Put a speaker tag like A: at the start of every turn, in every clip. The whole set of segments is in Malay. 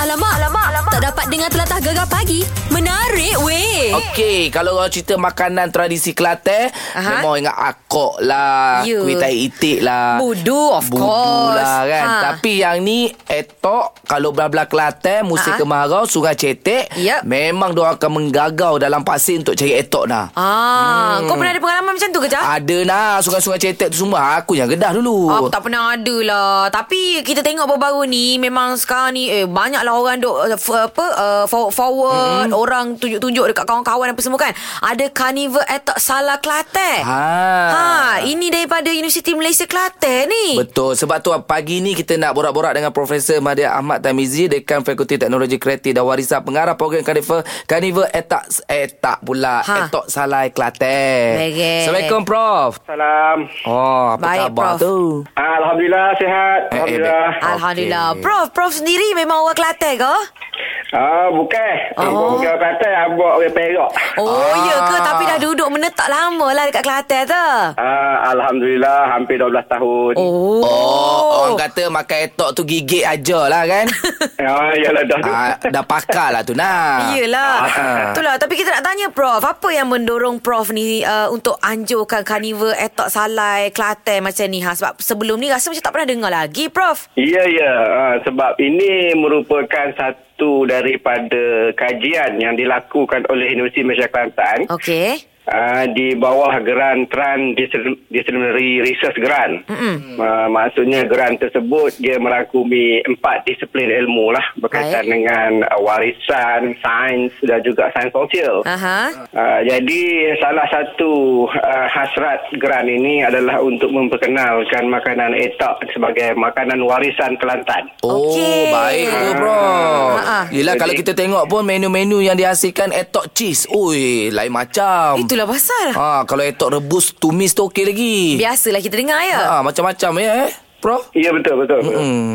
A: alamak, alamak, alamak. Tak dapat dengar telatah gegar pagi. Menarik
B: Eh.
A: weh.
C: Okey, kalau orang cerita makanan tradisi Kelantan, eh,
B: Aha.
C: memang ingat akok lah,
B: You.
C: kuih tahi itik lah.
B: Budu, of
C: Budu
B: course.
C: lah kan.
B: Ha.
C: Tapi yang ni etok kalau belah-belah Kelantan, musim
B: Aha.
C: kemarau, sungai cetek,
B: Yep.
C: memang dia akan menggagau dalam pasir untuk cari etok dah.
B: Ah, hmm. kau pernah ada pengalaman macam tu ke Jah?
C: Ada nah sungai-sungai cetek tu semua aku yang gedah dulu.
B: Aku Oh, tak pernah ada lah Tapi kita tengok baru-baru ni Memang sekarang ni eh, Banyaklah orang duk uh, f- apa, uh, Forward-forward mm-hmm. Orang tunjuk-tunjuk Dekat kawan-kawan apa semua kan Ada carnival etok salah Kelantan ha. ha. Ini daripada Universiti Malaysia Kelantan ni
C: Betul. Sebab tu pagi ni kita nak borak-borak dengan Profesor Mahathir Ahmad Tamizi, Dekan Fakulti Teknologi Kreatif dan Warisan Pengarah Program Carnival Carnival Etak Etak pula.
B: Ha.
C: Ha. Etok Salai Kelantan.
B: Baik.
C: Assalamualaikum Prof.
D: Salam. Ah,
C: Oh, apa
B: Baik,
C: khabar
B: Prof.
C: tu?
D: Alhamdulillah sihat.
C: Eh, eh,
D: Alhamdulillah.
C: baik.
B: Alhamdulillah
C: Okey.
B: Prof, Prof sendiri memang orang Kelantan ke?
D: Ah bukan.
B: Oh.
D: Oh. Bukan orang kata abak orang Perak.
B: Oh,
C: Ah.
B: ya ke? Tapi dah duduk menetap lama lah dekat Kelantan tu
D: Ah alhamdulillah hampir 12 tahun.
B: Oh,
C: Oh, orang kata makan etok tu gigit aja lah kan?
D: Ah yalah dah. Ah.
C: ah, dah pakar lah tu nak.
B: Yelah
C: Ah.
B: Itulah Tapi kita nak tanya Prof Apa yang mendorong Prof ni uh, Untuk anjurkan Carnival Etok Salai Kelantan macam ni ha? Sebab sebelum ni Rasa macam tak pernah dengar lagi Prof
D: Ya ya ah, sebab ini merupakan satu daripada kajian yang dilakukan oleh Universiti Malaysia Kelantan
B: Okey
D: uh, di bawah geran Transdisciplinary Research Grant. Mm-hmm. Uh, maksudnya geran tersebut dia merangkumi empat disiplin ilmu lah
B: Baik.
D: berkaitan Baik. dengan uh, warisan, sains dan juga sains sosial.
B: Ah. Aha.
D: Uh, jadi salah satu uh, hasrat geran ini adalah untuk memperkenalkan makanan etak sebagai makanan warisan Kelantan.
C: Oh,
B: Okey. Ha,
C: okay. baik tu, bro.
B: Ha-ha.
C: Yelah, kalau kita tengok pun menu-menu yang dihasilkan etok cheese. Ui, lain macam.
B: Itulah pasal
C: Ah, kalau etok rebus, tumis tu okey lagi.
B: Biasalah kita dengar ya
C: Ah, macam-macam ya, eh, Prof.
D: Ya betul betul. betul.
C: Hmm.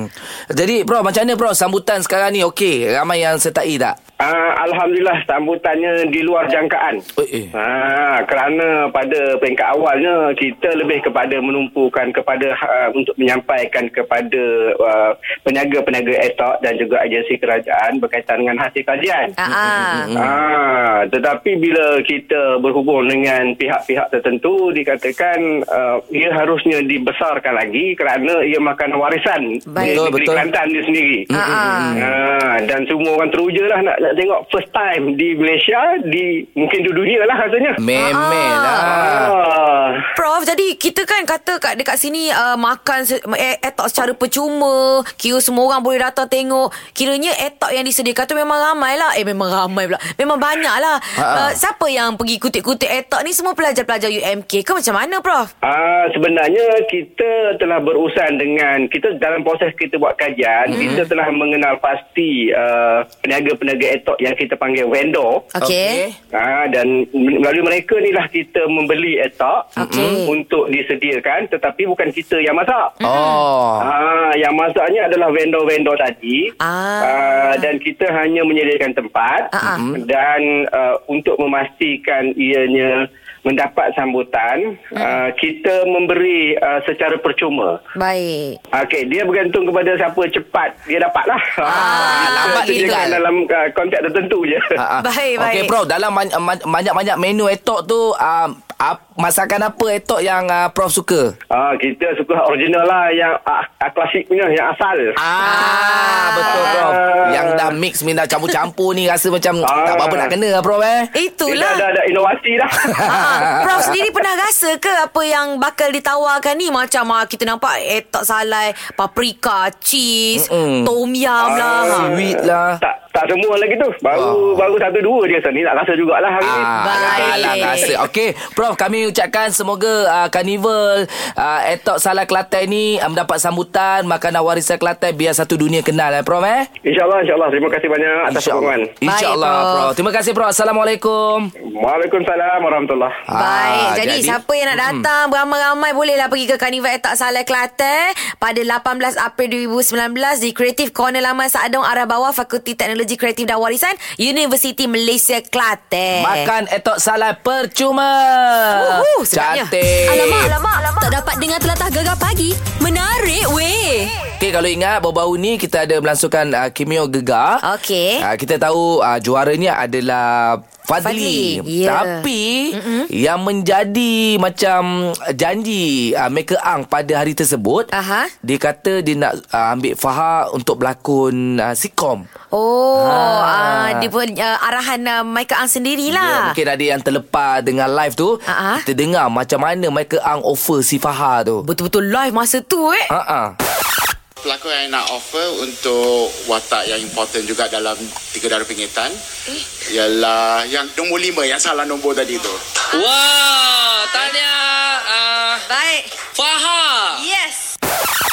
C: Jadi, Prof, macam mana, Prof, sambutan sekarang ni okey? Ramai yang sertai tak?
D: Uh, Alhamdulillah sambutannya di luar jangkaan.
C: Eh, eh.
D: Ha, kerana pada peringkat awalnya kita lebih kepada menumpukan kepada uh, untuk menyampaikan kepada uh, peniaga-peniaga etok dan juga agensi kerajaan berkaitan dengan hasil kajian.
B: Ah, ah.
D: Ah, tetapi bila kita berhubung dengan pihak-pihak tertentu dikatakan uh, ia harusnya dibesarkan lagi kerana ia makan warisan
B: Baik.
D: negeri
C: Betul, betul.
D: Kelantan dia sendiri.
B: Ah, ah.
D: Ah, dan semua orang teruja lah nak, nak tengok first time di Malaysia di mungkin di dunia lah rasanya.
C: Memel lah.
D: Ah.
B: Prof, jadi kita kan kata kat dekat sini uh, makan se- eh, etok secara percuma. Kira semua orang boleh datang tengok. Kiranya etok yang disediakan tu memang ramai lah. Eh, memang ramai pula. Memang banyak lah.
C: Ha-ha.
B: Uh, siapa yang pergi kutip-kutip etok ni semua pelajar-pelajar UMK ke macam mana, Prof?
D: Ah, sebenarnya kita telah berurusan dengan kita dalam proses kita buat kajian mm-hmm. kita telah mengenal pasti uh, peniaga-peniaga etok yang kita panggil vendor
B: Okey.
D: Ah, dan melalui mereka ni lah kita membeli etok
B: Okey.
D: untuk disediakan tetapi bukan kita yang masak.
C: Oh.
D: Ah, yang masaknya adalah vendor-vendor tadi.
B: Ah.
D: Ah, dan kita hanya menyediakan tempat
B: Ah, ah.
D: dan uh, untuk memastikan ianya mendapat sambutan,
B: Hmm.
D: uh, kita memberi uh, secara percuma.
B: Baik.
D: Okey, dia bergantung kepada siapa cepat dia dapatlah.
B: Ah, lambat
D: kita
B: dia
D: sediakan
C: tinggal.
D: dalam uh, konteks tertentu je.
C: Ah, ah.
B: Baik,
C: Okey,
B: baik.
C: Prof, dalam man- man- banyak-banyak menu etok tu, ah, ap- masakan apa etok yang ah, Prof suka?
D: Ah, kita suka original lah yang ah, ah, klasik punya, yang asal.
C: Ah, betul Prof.
D: Ah.
C: Yang dah mix ni dah campur-campur ni rasa macam
D: Ah.
C: tak apa-apa nak kena lah, Prof eh.
D: Dia dah, dah,
B: Itulah.
D: dah inovasi dah.
B: Ha, Prof sendiri pernah rasa ke apa yang bakal ditawarkan ni macam ah, kita nampak etok salai, paprika, cheese,
C: Mm-mm.
B: tom yum lah.
D: Ah,
C: Sweet lah.
D: tak tak semua lagi tu. Baru baru satu dua je Ustaz. ni nak rasa jugalah hari ni.
C: Ah,
B: Baik.
C: Alang rasa. Okey, Prof kami ucapkan semoga uh, Carnival uh, Etok Salah Kelantan ni uh, mendapat sambutan makanan warisan Kelantan biar satu dunia kenal eh Prof eh.
D: InsyaAllah, insyaAllah. Terima kasih banyak atas sokongan.
C: Insya-Allah
B: Baik,
C: Prof.
B: Prof.
C: Prof. Terima kasih Prof. Assalamualaikum.
D: Waalaikumsalam warahmatullahi
B: Baik,
C: Ah,
B: jadi, jadi siapa yang nak datang beramai-ramai bolehlah pergi ke Carnival Etak Salai Kelantan pada 18 April 2019 di Creative Corner Laman Sadong arah bawah Fakulti Teknologi Teknologi Kreatif dan Warisan Universiti Malaysia Kelantan.
C: Makan etok salai percuma.
B: Uhuh, sedapnya.
C: Cantik.
A: Alamak, alamak, alamak. Tak dapat dengar telatah gegar pagi. Menarik weh.
C: Okey kalau ingat baru-baru ni kita ada melangsungkan uh, Kimio Gegar.
B: Okey.
C: Uh, kita tahu uh, juaranya adalah Fadli.
B: Fadli, ya.
C: Tapi mm yang menjadi macam janji uh, Maker Ang pada hari tersebut,
B: Aha.
C: dia kata dia nak uh, ambil Fahar untuk berlakon uh, sitcom.
B: Oh,
C: Ah.
B: ah. dia pun uh, arahan uh, Michael Ang
C: Ya,
B: sendirilah.
C: mungkin ada yang terlepas dengan live tu.
B: Ah, ah.
C: Kita dengar macam mana Michael Ang offer si Fahar tu.
B: Betul-betul live masa tu eh.
C: Ha ah.
E: pelakon yang nak offer untuk watak yang important juga dalam Tiga Darah Pingitan ialah yang nombor lima, yang salah nombor tadi tu.
F: Wow, tanya uh,
B: Baik.
F: Fahar.
C: Ah.
B: Yes.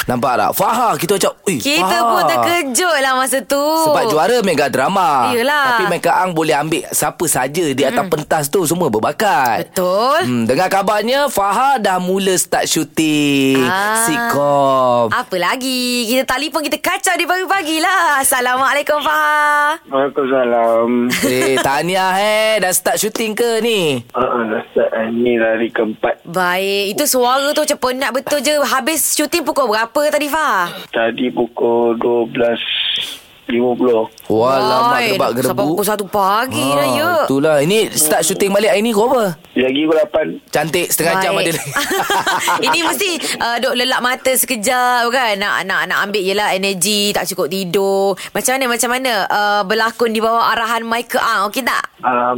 C: Nampak tak? Fahar kita macam, "Eh,
B: Kita
C: Fahar."
B: pun terkejut lah masa tu.
C: Sebab juara mega drama.
B: Yelah.
C: Tapi Mega Ang boleh ambil siapa saja di atas mm. pentas tu semua berbakat.
B: Betul.
C: Hmm, dengar kabarnya Fahar dah mula start syuting
B: Ah.
C: sitcom.
B: Apa lagi? Kita telefon kita kacau di pagi-pagi lah. Assalamualaikum Fahar.
G: Waalaikumsalam.
C: Eh, tahniah eh dah start syuting ke ni?
G: Uh, Ustaz, ini lari keempat.
B: Baik, itu suara tu macam penat betul je. Habis syuting pukul berapa tadi Fahar?
G: Tadi pukul 12.50.
C: Walamak
B: Oi,
C: gebak Ah,
B: Sampai
C: gerbu.
B: pukul 1 pagi dah ya.
C: Itulah. Ini start syuting balik hari ni kau apa?
G: Lagi pukul 8.
C: Cantik setengah jam ada
B: Baik.
C: lagi.
B: Ini mesti uh, duk lelak mata sekejap kan nak nak nak ambil jelah energi tak cukup tidur. Macam mana macam mana uh, berlakon di bawah arahan Michael Ang okey tak?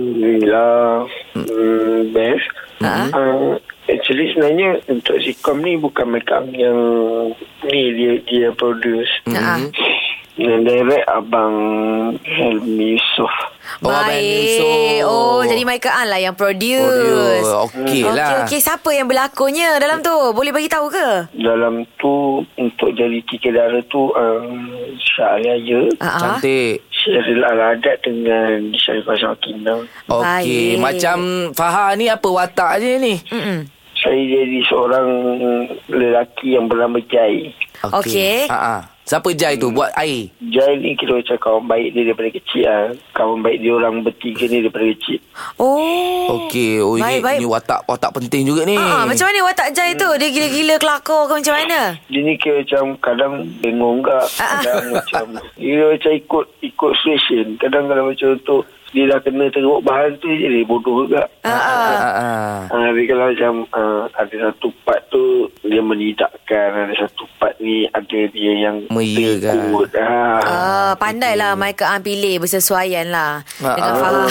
G: Alhamdulillah. Hmm, Ah, best.
B: Ha?
G: Uh, actually sebenarnya untuk sitcom ni bukan makeup yang ni dia dia produce.
B: Ha.
G: Yang direct abang Helmi Yusof.
C: Oh, Abang
B: Baik.
C: Yusof.
B: Oh, jadi Michael Ang lah yang
C: Produce.
B: produce.
C: Okey lah.
B: Okey okey siapa yang berlakonnya dalam tu? Boleh bagi tahu ke?
G: Dalam tu untuk jadi tiga dara tu um, Syah Aliyah.
B: Ha ah.
C: Cantik.
G: Syahril Al-Adat dengan Syarifah Syakina.
C: Okey,
B: Baik.
C: macam Fahar ni apa watak dia ni?
G: Saya jadi seorang lelaki yang bernama Jai.
B: Okey.
C: Ha ah. Siapa Jai tu buat air?
G: Jai ni kita macam kawan baik dia daripada kecil lah. Kawan baik dia orang bertiga ni daripada kecil.
B: Oh.
C: Okey, oh ini,
B: Baik, baik.
C: ini watak watak penting juga ni.
B: Ah, macam mana watak Jai tu? Dia gila-gila kelakor ke macam mana?
G: Dia ni kira macam kadang bengong kak. Kadang macam dia macam ikut ikut situation. Kadang kadang macam tu dia dah kena teruk bahan tu je dia bodoh juga.
B: Ha ah.
C: Ah, ah.
G: Ha, dia kalau macam uh, ada satu part tu dia menidakkan, ada satu part ni ada dia yang
C: Meriakan.
G: terikut. Ha.
B: Ah, pandailah Michael Ang pilih bersesuaian lah
C: Ah,
B: dengan
C: ah.
B: Farah.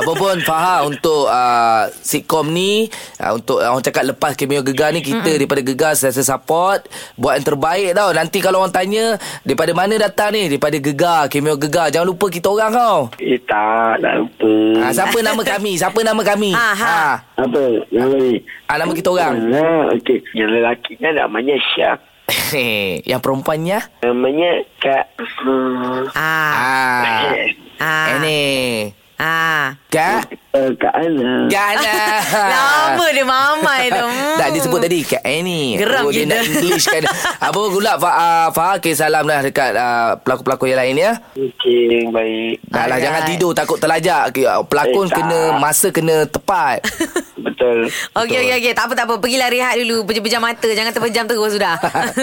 C: Apa pun Fahar untuk uh, sitcom ni uh, Untuk uh, orang cakap lepas cameo Gegar ni Kita daripada Gegar sentiasa support Buat yang terbaik tau Nanti kalau orang tanya Daripada mana datang ni Daripada Gegar Cameo Gegar Jangan lupa kita orang tau
G: Eh tak, tak lupa.
C: ah, Siapa nama kami Siapa nama kami
B: Ah, ha.
C: Ah,
G: Apa? Nama ni?
C: ah, Nama kita orang
G: Ha, okey. Yang lelaki kan namanya Syah.
C: Yang ah. perempuannya
G: Namanya Kak... Hmm,
B: Ah,
C: Ah,
B: ah,
C: ah. Ini
B: ah.
C: Kak
G: uh, Kak Ana.
C: Gana
B: Lama dia mamai tu. Hmm.
C: Tak dia sebut tadi Kat Annie
B: Geram
C: oh, Dia
B: kita.
C: nak English kan Apa pula Fa- ah, Fahar Okay salam lah Dekat ah, pelakon-pelakon yang lain ya
G: Okey, baik.
C: Dah lah
B: Alright.
C: jangan tidur Takut terlajak Okay, ah, Pelakon
G: Eh, tak.
C: kena Masa kena tepat
G: Betul.
B: Okey, okey, okey. Tak apa, tak apa. Pergilah rehat dulu. Pejam-pejam mata. Jangan terpejam terus sudah.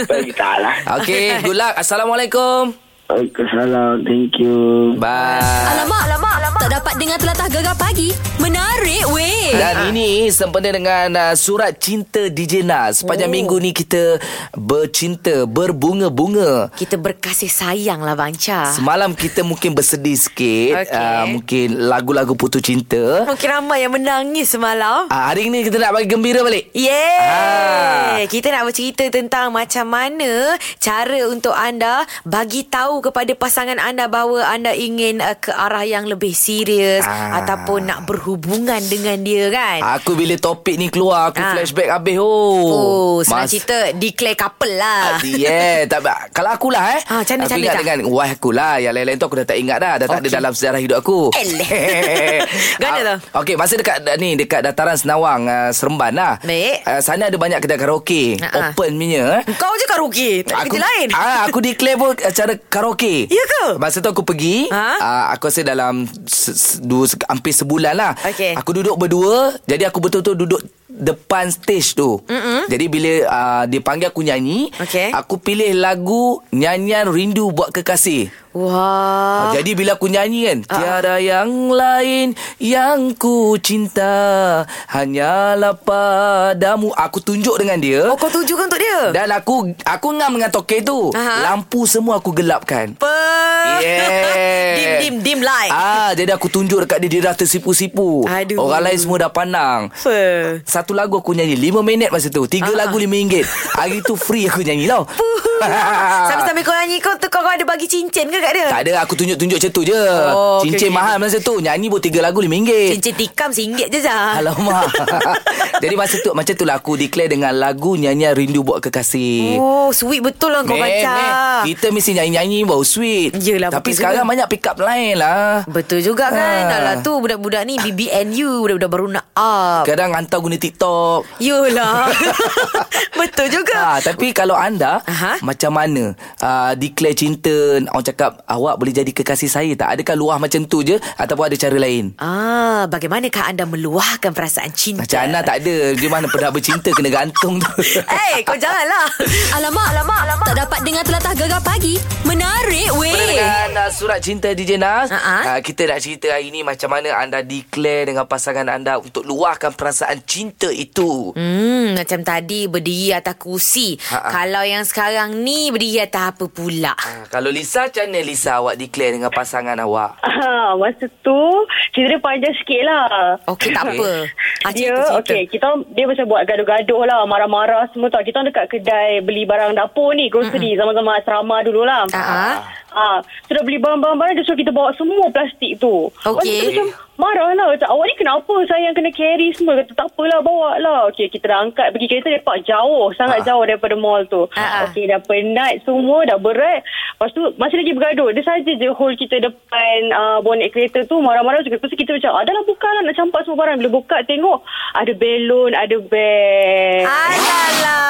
G: Baik, tak lah.
C: Okay good luck Assalamualaikum
G: Waalaikumsalam. Thank you.
C: Bye
A: Alamak, alamak, alamak. Tak dapat dengar telatah gegar pagi. Menarik weh.
C: Dan ini sempena dengan uh, surat cinta DJ Nas. Sepanjang oh. minggu ni kita bercinta, berbunga-bunga.
B: Kita berkasih sayang lah, Bang Cha.
C: Semalam kita mungkin bersedih sikit.
B: Okey.
C: Uh, mungkin lagu-lagu putus cinta.
B: Mungkin ramai yang menangis semalam.
C: Uh, hari ni kita nak bagi gembira balik.
B: Yeay!
C: Ah.
B: Kita nak bercerita tentang macam mana cara untuk anda bagi tahu kepada pasangan anda bahawa anda ingin uh, ke arah yang lebih serius
C: Ah.
B: ataupun nak berhubungan dengan dia kan.
C: Aku bila topik ni keluar, aku
B: Ah.
C: flashback habis. Oh,
B: Oh, senang
C: Mas- Ah,
B: cerita declare couple lah.
C: Yeah, tak apa. Kalau akulah eh.
B: Ah, macam mana, macam
C: aku
B: mana
C: ingat
B: tak?
C: dengan wife akulah. Yang lain-lain tu aku dah tak ingat dah. Dah tak ada
B: Okey.
C: dalam sejarah hidup aku. Ah,
B: Eleh. Gana tu?
C: Okey, masa dekat ni dekat dataran Senawang, uh, Seremban lah.
B: Baik.
C: Uh, sana ada banyak kedai karaoke.
B: Ah, ah.
C: Open punya eh.
B: Kau je karaoke, kan tak ada kerja lain.
C: Ah, aku Ah, declare pun acara karaoke okey.
B: Ya ke?
C: Masa tu aku pergi,
B: Ha?
C: uh, aku rasa dalam se- se- dua, se- hampir sebulan lah.
B: Okey.
C: Aku duduk berdua, jadi aku betul-betul duduk depan stage tu. Mm-mm. Jadi bila uh, dia panggil aku nyanyi,
B: Okey.
C: aku pilih lagu nyanyian Rindu Buat Kekasih.
B: Wah.
C: Ah, Jadi bila aku nyanyi kan
B: Ah.
C: Tiada yang lain yang ku cinta Hanyalah padamu Aku tunjuk dengan dia
B: Oh, kau tuju kan untuk dia?
C: Dan aku aku ngam dengan tokek tu
B: Aha.
C: Lampu semua aku gelapkan
B: Apa?
C: Yeah.
B: dim, dim, dim light.
C: Ah, jadi aku tunjuk dekat dia Dia dah tersipu-sipu
B: Aduh.
C: Orang lain semua dah pandang
B: Apa?
C: satu lagu aku nyanyi 5 minit masa tu Tiga
B: Ah.
C: lagu RM5 ringgit. Hari tu free aku nyanyi tau
B: Sambil-sambil kau nyanyi kau tu kau, kau ada bagi cincin ke kat dia?
C: Ah. Tak ada aku tunjuk-tunjuk macam tu je
B: Oh, okey,
C: Cincin
B: okey.
C: mahal masa tu Nyanyi pun tiga lagu RM5 ringgit.
B: Cincin tikam RM1 je Zah.
C: Alamak Jadi masa tu Macam tu lah aku declare Dengan lagu nyanyian Rindu Buat Kekasih
B: Oh, sweet betul lah kau
C: Meh,
B: baca.
C: meh. Kita mesti nyanyi-nyanyi Baru sweet
B: Yelah,
C: Tapi
B: betul
C: sekarang
B: juga.
C: banyak pick up lain lah
B: Betul juga kan.
C: Ah.
B: Alah tu budak-budak ni BBNU, budak-budak baru nak up.
C: Kadang hantar guna TikTok
B: Yolah. betul juga.
C: Ha, tapi kalau anda
B: Aha.
C: Macam mana uh, Declare cinta Orang cakap Awak boleh jadi kekasih saya tak Adakah luah macam tu je Ataupun ada cara lain
B: Ah, bagaimanakah anda meluahkan perasaan cinta?
C: Macam Ana tak ada Dia mana pernah bercinta Kena gantung tu
B: Eh, hey, kau janganlah.
A: Alamak, alamak, alamak. Tak dapat dengar telatah gegar pagi. Menarik
C: Bersama
A: weh.
C: dengan uh, surat cinta DJ Nas
B: Ha-ha.
C: uh, Kita nak cerita hari ni Macam mana anda declare Dengan pasangan anda Untuk luahkan perasaan cinta itu
B: Hmm, macam tadi berdiri atas kursi.
C: Ha, ha.
B: Kalau yang sekarang ni berdiri atas apa pula?
C: Ah, Kalau Lisa Macam mana Lisa Awak declare dengan pasangan awak
H: Ah, masa tu cerita dia panjang sikit lah.
B: Okey, tak apa. Ah,
H: dia,
B: cerita, cerita.
H: okay, kita orang- dia macam buat gaduh-gaduh lah, marah-marah semua tau. Kita orang dekat kedai beli barang dapur ni, grocery, zaman-zaman asrama dulu lah.
B: Ah, ah.
H: Ah, sudah beli barang-barang, dia suruh kita bawa semua plastik tu. Lepas tu
B: Okey.
H: dia macam marah lah, macam awak ni kenapa saya yang kena carry semua? Kata tak apalah, bawa lah. Okey, kita dah angkat pergi kereta, dia park jauh, sangat jauh daripada mall tu.
B: Ah, ah.
H: Okey, dah penat semua, dah berat. Lepas tu, masih lagi bergaduh. Dia saja je hold kita depan uh, bonet kereta tu, marah-marah juga. Lepas tu kita macam, adalah buka lah nak campak semua barang. Bila buka, tengok ada balon, ada beg.
B: Ah, Alalah.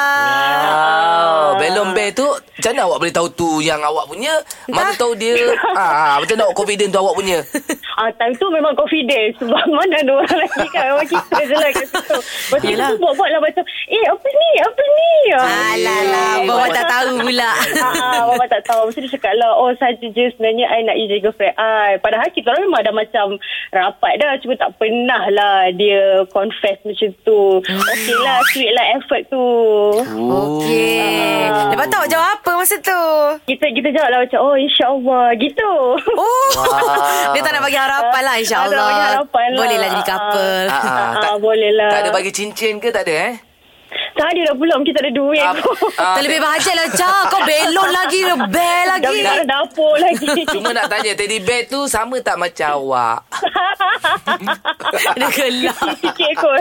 C: Oh, Belum bear tu Macam mana awak boleh tahu tu Yang awak punya Mana tahu dia ah, ah, Macam mana awak confident tu awak punya
H: Ah, time tu memang confident sebab mana ada orang lagi kan memang kita je lah kat situ. Lepas tu
B: Yelah.
H: kita buat-buat lah macam eh apa ni apa ni. Eh,
B: Alalah, bawa tak tahu pula.
H: Ah, Bapak tak tahu Lepas tu dia cakap lah Oh saja je sebenarnya I nak you jadi girlfriend I Padahal kita orang memang dah macam Rapat dah Cuma tak pernah lah Dia confess macam tu Okay lah Sweet lah effort tu
B: Okey. Lepas tu awak jawab apa masa tu?
H: Kita kita jawab lah macam Oh insyaAllah Gitu
B: Oh. Dia tak nak bagi harapan lah
H: Ah, tak
B: insyaAllah.
H: nak bagi harapan lah.
B: Boleh lah jadi
H: Ah, ah.
B: couple.
C: Ah, ah,
H: Ah, boleh lah.
C: Tak ada bagi cincin ke tak ada eh
H: Tak ada dah pula Kita ada duit
C: Ah, ah,
B: Terlebih bahagia lah Cak Kau belon lagi Rebel
H: Dah
B: Eh, lagi
H: pergi ke dapur lagi
C: Cuma nak tanya Teddy bear tu sama tak macam awak
B: Dia gelap
H: Kecil sikit kot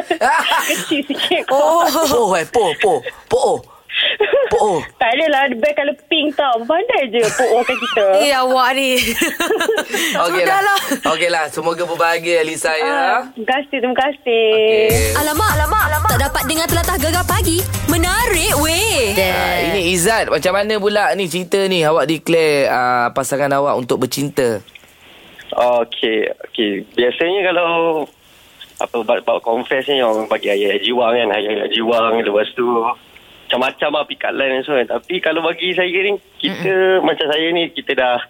H: Kecil sikit kot
C: Oh, oh, eh, po, po, po, oh. po, oh.
H: Tak adalah Dia bag kalau pink tau Pandai je Pokokkan kita
B: Eh awak ni
C: Okey lah.
B: Sudahlah
C: Okey lah. Semoga berbahagia Lisa
H: Ah,
C: ya.
H: Terima kasih Terima kasih
C: Okey.
A: Alamak, alamak, alamak. Tak dapat dengar telatah gegar pagi. Menarik weh.
C: Ah, ini Izzat Macam mana pula ni cerita ni Awak declare uh, pasangan awak untuk bercinta
I: Okey, okey. Biasanya kalau apa bab, bab confess ni orang bagi ayat-ayat jiwang kan, ayat-ayat jiwang lepas tu macam-macam lah pick up line dan so kan. Tapi kalau bagi saya ni, kita Mm-mm. macam saya ni kita dah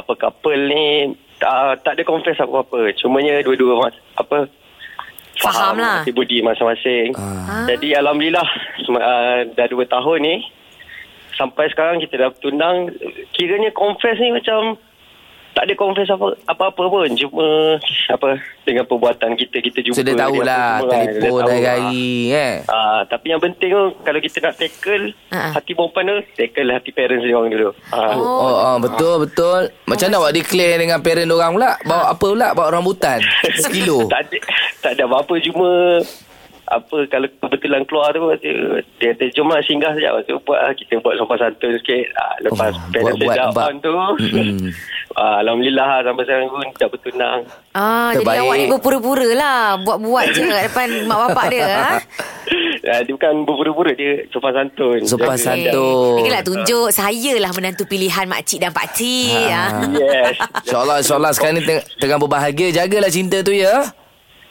I: apa couple ni tak, tak ada confess apa-apa. Cumanya dua-dua mas- apa
B: Faham lah.
I: hati budi masing-masing.
G: Eh,
C: Ah.
I: Jadi alhamdulillah sem- uh, dah dua tahun ni sampai sekarang kita dah tunang kiranya confess ni macam tak ada confess apa apa-apa pun cuma apa dengan perbuatan kita kita jumpa
C: So dia tahulah lah,
I: kan.
C: Telefon hari-hari
H: kan?
C: eh.
I: Ah, tapi yang penting tu kalau kita nak tackle
B: Ah.
I: uh hati perempuan tu tackle lah hati parents dia orang dulu. Ah.
C: Oh, oh, oh betul betul. Macam mana awak declare dengan parent orang pula? Bawa apa pula? Bawa rambutan. Sekilo.
I: tak ada tak ada apa-apa cuma apa kalau kebetulan keluar tu dia, dia kata jom lah singgah sekejap Lepas tu buat lah, kita buat sopan santun sikit ah, lepas
C: Oh,
I: oh, parents
C: buat-buat
I: sedap
C: nampak.
I: on tu
C: Mm-mm.
J: Ah, Alhamdulillah lah, sampai sekarang pun dah bertunang.
B: Ah, jadi
H: Terbaik.
B: awak ni berpura-pura lah. Buat-buat je kat depan mak bapak dia. Ha?
J: Ah, dia bukan berburu-buru, dia sopan santun.
H: Sopan
J: Dia-
H: santun.
B: Yelah tunjuk saya lah menantu pilihan makcik dan pakcik. Ha.
H: Ah.
J: Yes.
H: InsyaAllah, insyaAllah sekarang ni teng- tengah berbahagia. Jagalah cinta tu ya.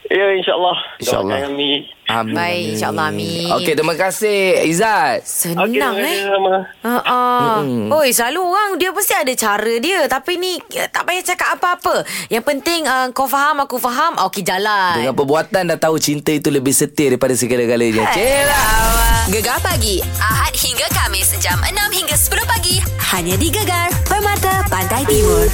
J: Ya, insyaAllah.
H: InsyaAllah.
J: Doakan kami.
H: Amin.
B: Baik,
H: amin.
B: insyaAllah, amin.
H: Okey, terima kasih Izzat.
J: Okey,
B: Senang
J: terima
B: eh.
J: kasih sama.
B: Uh, uh. Oi, selalu orang dia mesti ada cara dia. Tapi ni eh, tak payah cakap apa-apa. Yang penting uh, kau faham, aku faham. Okey, jalan.
H: Dengan perbuatan dah tahu cinta itu lebih setia daripada
B: Eh.
H: segala-galanya. Cik.
K: Gegar pagi Ahad hingga Kamis Jam 6 hingga 10 pagi Hanya di Gegar Permata Pantai Timur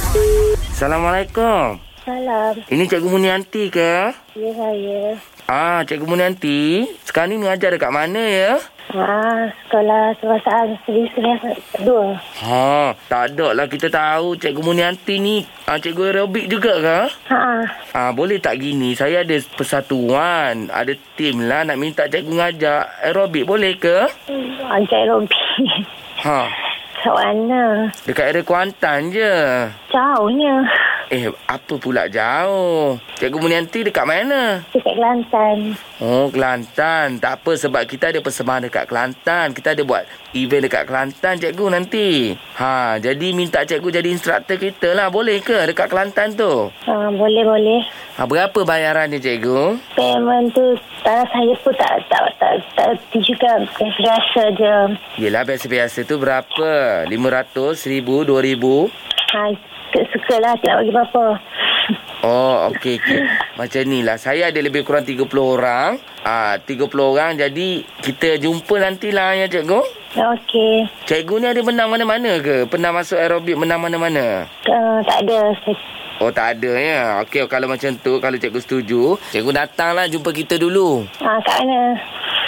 C: Assalamualaikum.
L: Salam.
C: Ini Cikgu Munianti ke?
L: Ya, saya.
C: Ah, Cikgu Munianti. Sekarang ni mengajar dekat mana ya?
L: Ah, sekolah perasaan Seri Sungai Dua.
C: Ha, tak ada lah kita tahu Cikgu Munianti ni ah, cikgu aerobik juga ke?
L: Haa.
C: Ah, boleh tak gini? Saya ada persatuan, ada tim lah nak minta cikgu ngajar aerobik boleh ke?
L: Ajak aerobik.
C: Ha,
L: Kat mana?
C: dekat area Kuantan je.
L: Jauhnya.
C: Eh, apa pula jauh? Cikgu Munianti dekat mana?
L: Dekat Kelantan.
C: Oh, Kelantan. Tak apa sebab kita ada persembahan dekat Kelantan. Kita ada buat event dekat Kelantan, cikgu nanti. Ha, jadi minta cikgu jadi instruktor kita lah. Boleh ke dekat Kelantan tu?
L: Ah, boleh, boleh.
C: Ha, berapa bayarannya, cikgu?
L: Payment tu tanah saya pun tak tak tak tak erti juga biasa je.
C: Yelah, biasa-biasa tu berapa? 500, 1000, 2000?
L: Ha, suka lah tak nak bagi berapa.
C: Oh, okey, okey. Macam ni lah. Saya ada lebih kurang 30 orang. Ah, 30 orang. Jadi, kita jumpa nantilah ya, cikgu.
L: Okey.
C: Cikgu ni ada menang mana-mana ke? Pernah masuk aerobik menang mana-mana?
L: Uh, tak ada.
C: Oh tak ada ya. Okey kalau macam tu kalau cikgu setuju, cikgu datanglah jumpa kita dulu.
L: Ah, kat mana?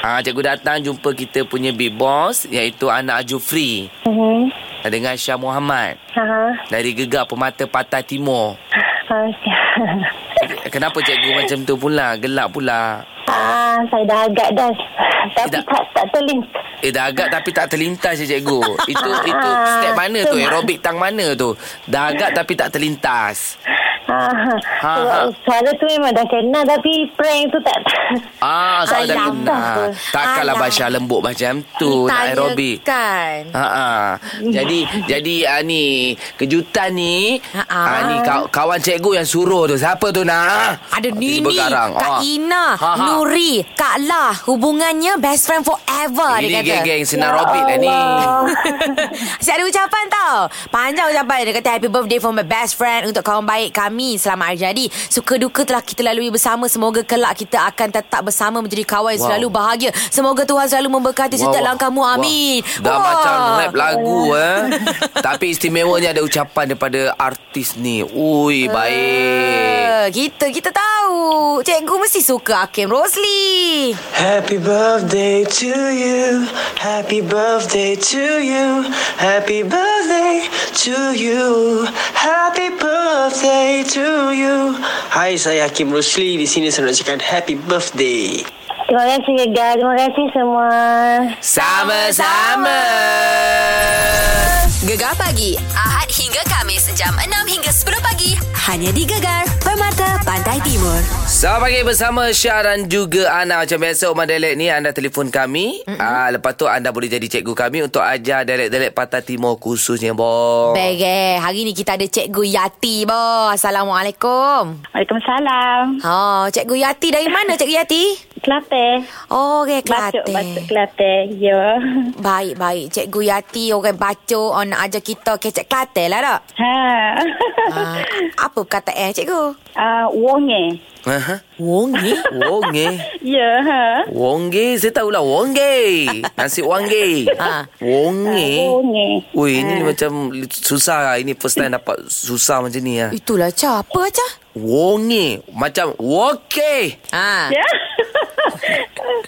C: Ah cikgu datang jumpa kita punya big boss iaitu anak Jufri
L: Mhm.
C: dengan Syah Muhammad
L: Ha.
C: dari Gegar Pemata Pantai Timur.
L: Ah,
C: Kenapa cikgu macam tu pula? Gelap pula.
L: ah, saya dah agak dah. Tapi
C: Tidak.
L: tak tak terlink.
C: Eh dah agak tapi tak terlintas ya cikgu. Itu itu step mana tu? Aerobik tang mana tu? Dah agak tapi tak terlintas. Ha,
L: Ah, ha,
C: ha.
L: Suara tu memang dah kenal tapi prank tu tak.
C: Ah, soal dah
L: Alah.
C: kenal. Takkanlah
B: Alah.
C: Basya lembut macam tu nak aerobik.
B: Kan.
C: Ha ah. Jadi jadi ah, ni kejutan ni
B: Ha,
C: ha
B: ah.
C: ah, ni kaw- kawan cikgu yang suruh tu. Siapa tu nak?
B: Ada
C: Tiba
B: Nini,
C: garang.
B: Kak
C: Ah.
B: Ina,
C: Ha, ha.
B: Nuri, Kak Lah. Hubungannya best friend forever dia
C: Ini
B: kata.
C: geng-geng senarobik lah ni.
B: Asyik ada ucapan tau Panjang ucapan Dia kata happy birthday for my best friend Untuk kawan baik kami Selamat Arjadi Suka duka telah kita lalui bersama Semoga kelak kita akan tetap bersama Menjadi kawan yang
C: Wow.
B: selalu bahagia Semoga Tuhan selalu memberkati
C: Wah,
B: setiap
C: wah.
B: langkahmu
C: Wah.
B: Amin
C: Dah
B: Wah.
C: macam rap lagu eh. Tapi istimewanya ada ucapan daripada artis ni. Ui,
B: Eh,
C: baik.
B: Kita kita tahu Cikgu mesti suka Hakim Rosli
G: Happy birthday to you. Happy birthday to you. Happy birthday to you. Happy birthday to you. Hai, saya Hakim Rusli. Di sini saya nak cakap happy birthday.
L: Terima kasih Gegar. Terima kasih semua.
C: Sama-sama.
K: Gegar pagi Ahad hingga Kamis Jam 6 hingga 10 pagi Hanya di Gegar Permata Pantai Timur
H: Selamat pagi bersama Syah dan juga Ana. Macam biasa Umar Dialek ni anda telefon kami. Mm-hmm. Ah, lepas tu anda boleh jadi cikgu kami untuk ajar dialek-dialek Pantai Timur khususnya, Bo.
B: Baik eh Hari ni kita ada Cikgu Yati bo. Assalamualaikum
L: Waalaikumsalam.
B: Oh, Cikgu Yati dari mana Cikgu Yati?
L: Kelate.
B: Oh, okay,
L: Batuk,
B: Kelantan.
L: batuk Kelate. Ya.
B: Baik, baik. Cikgu Yati orang bacok, orang nak ajar kita kecek Kelantan lah tak?
L: Ha.
B: Ah, apa perkataan cikgu?
L: Ah, wong eh.
H: Aha.
B: Wongi?
H: Wonge.
L: Ya, ha.
H: Wonge, saya tahulah Wonge. Nasi Wonge.
B: Ha.
H: Ah, Wonge.
L: Wong eh.
H: Ui, ini macam susah lah. Ini first time dapat susah macam ni
C: eh.
H: lah.
B: Itulah Cha. Apa Cha?
H: Wonge. Macam woke.
B: Ah.
L: Ya.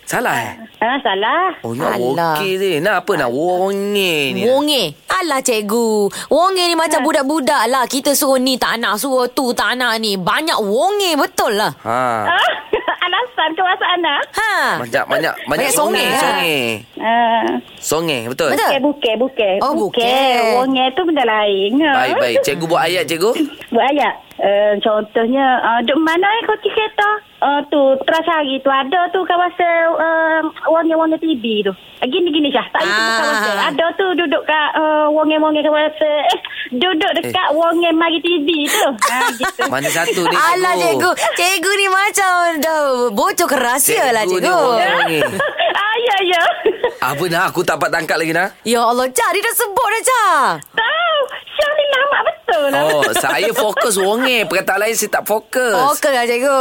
H: Salah eh?
L: Ah, salah.
H: Oh, nak
B: Alah.
H: woke je. Nak apa nak wonge ni?
C: lah.
B: Wonge. Alah cikgu. Wonge ni macam budak-budak lah. Kita suruh ni tak nak, suruh tu tak nak ni. Banyak wonge betul lah.
H: Ha.
L: Ah, Alah, kawasan kawasan lah.
B: Ha.
C: Banyak banyak banyak
L: Banyak
C: songe
L: songai lah.
C: songe.
L: Uh,
C: Songe betul.
L: Bukan, bukan, bukan.
B: Oh, bukan.
L: Wongnya eh tu benda lain. ha.
C: Baik baik. Cikgu buat ayat cikgu.
L: Buat ayat. Uh, contohnya, uh, duk mana eh kau kereta? Uh, tu, teras hari tu ada tu kawasan uh, wongnya-wongnya TV tu. Ah, Gini-gini Syah. Tak itu ah. kawasan. Ada tu duduk kat uh, wongnya-wongnya kawasan. Eh, duduk dekat eh. wongnya mari TV tu. ha, gitu.
C: Mana satu ni cikgu?
B: Alah cikgu Cikgu ni macam Dah bocor ke rahsia lah
C: Cikgu ni
B: cikgu
C: orang ni.
L: ah, ya, ya.
C: Apa nak aku tak dapat tangkap lagi nak?
B: Ya Allah Cah dia dah sebut dah Cah
L: Tahu. Syah ni lama betul lah.
C: Oh, saya fokus wonge. Perkataan lain saya tak fokus.
B: Okey lah cikgu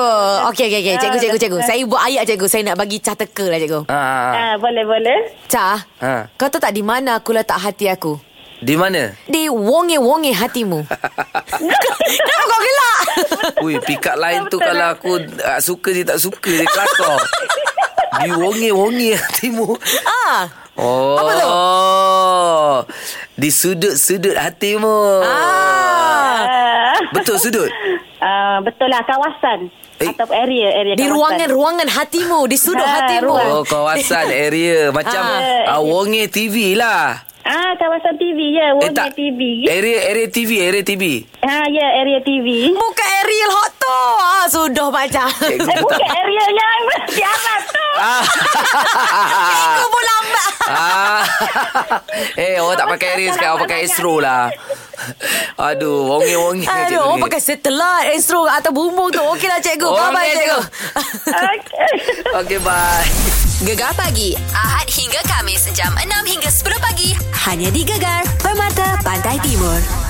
B: Okey okey okey Cikgu cikgu cikgu Saya buat ayat cikgu Saya nak bagi Cah teka lah cikgu
C: Ah.
L: Ah, boleh boleh.
B: Cah
C: Ha.
B: Kau tahu tak di mana aku letak hati aku
C: Di mana?
B: Di wonge-wonge hatimu Kenapa kau gelak
C: Ui, pikat lain tu kalau aku uh, suka je tak suka je kelakar. Di wonge-wonge hatimu.
B: Ah,
C: Oh.
B: Apa tu?
C: Di sudut-sudut hatimu.
L: Ah.
C: Betul sudut?
L: Ah, betul lah kawasan eh. atau area area
B: Di
L: kawasan.
B: ruangan-ruangan hatimu Di sudut
L: Ha,
B: hatimu
L: ruang.
C: Oh, kawasan area. Macam
L: Ah.
C: uh, wonge TV lah.
L: Ah kawasan TV
C: Eh,
L: ya, Wonge
C: tak.
L: TV.
C: Area area TV, area TV.
L: Ha ya area TV.
B: Bukan Ariel Hot tu ah, Sudah macam
C: Cikgu
L: Eh, bukan
C: tak-
L: area yang siapa tu?
B: Cikgu pun lambat
C: Ah. eh, orang tak pakai area sekarang. Orang pakai Astro lah. Aduh, wonge-wonge.
B: Aduh, orang pakai eh, satelit Astro atau bumbung tu Okeylah cikgu
C: Okey,
B: Bye-bye cikgu,
C: Okay, bye.
A: Gegar pagi Ahad hingga Kamis jam 6 hingga 10 pagi hanya di Gegar Permata Pantai Timur.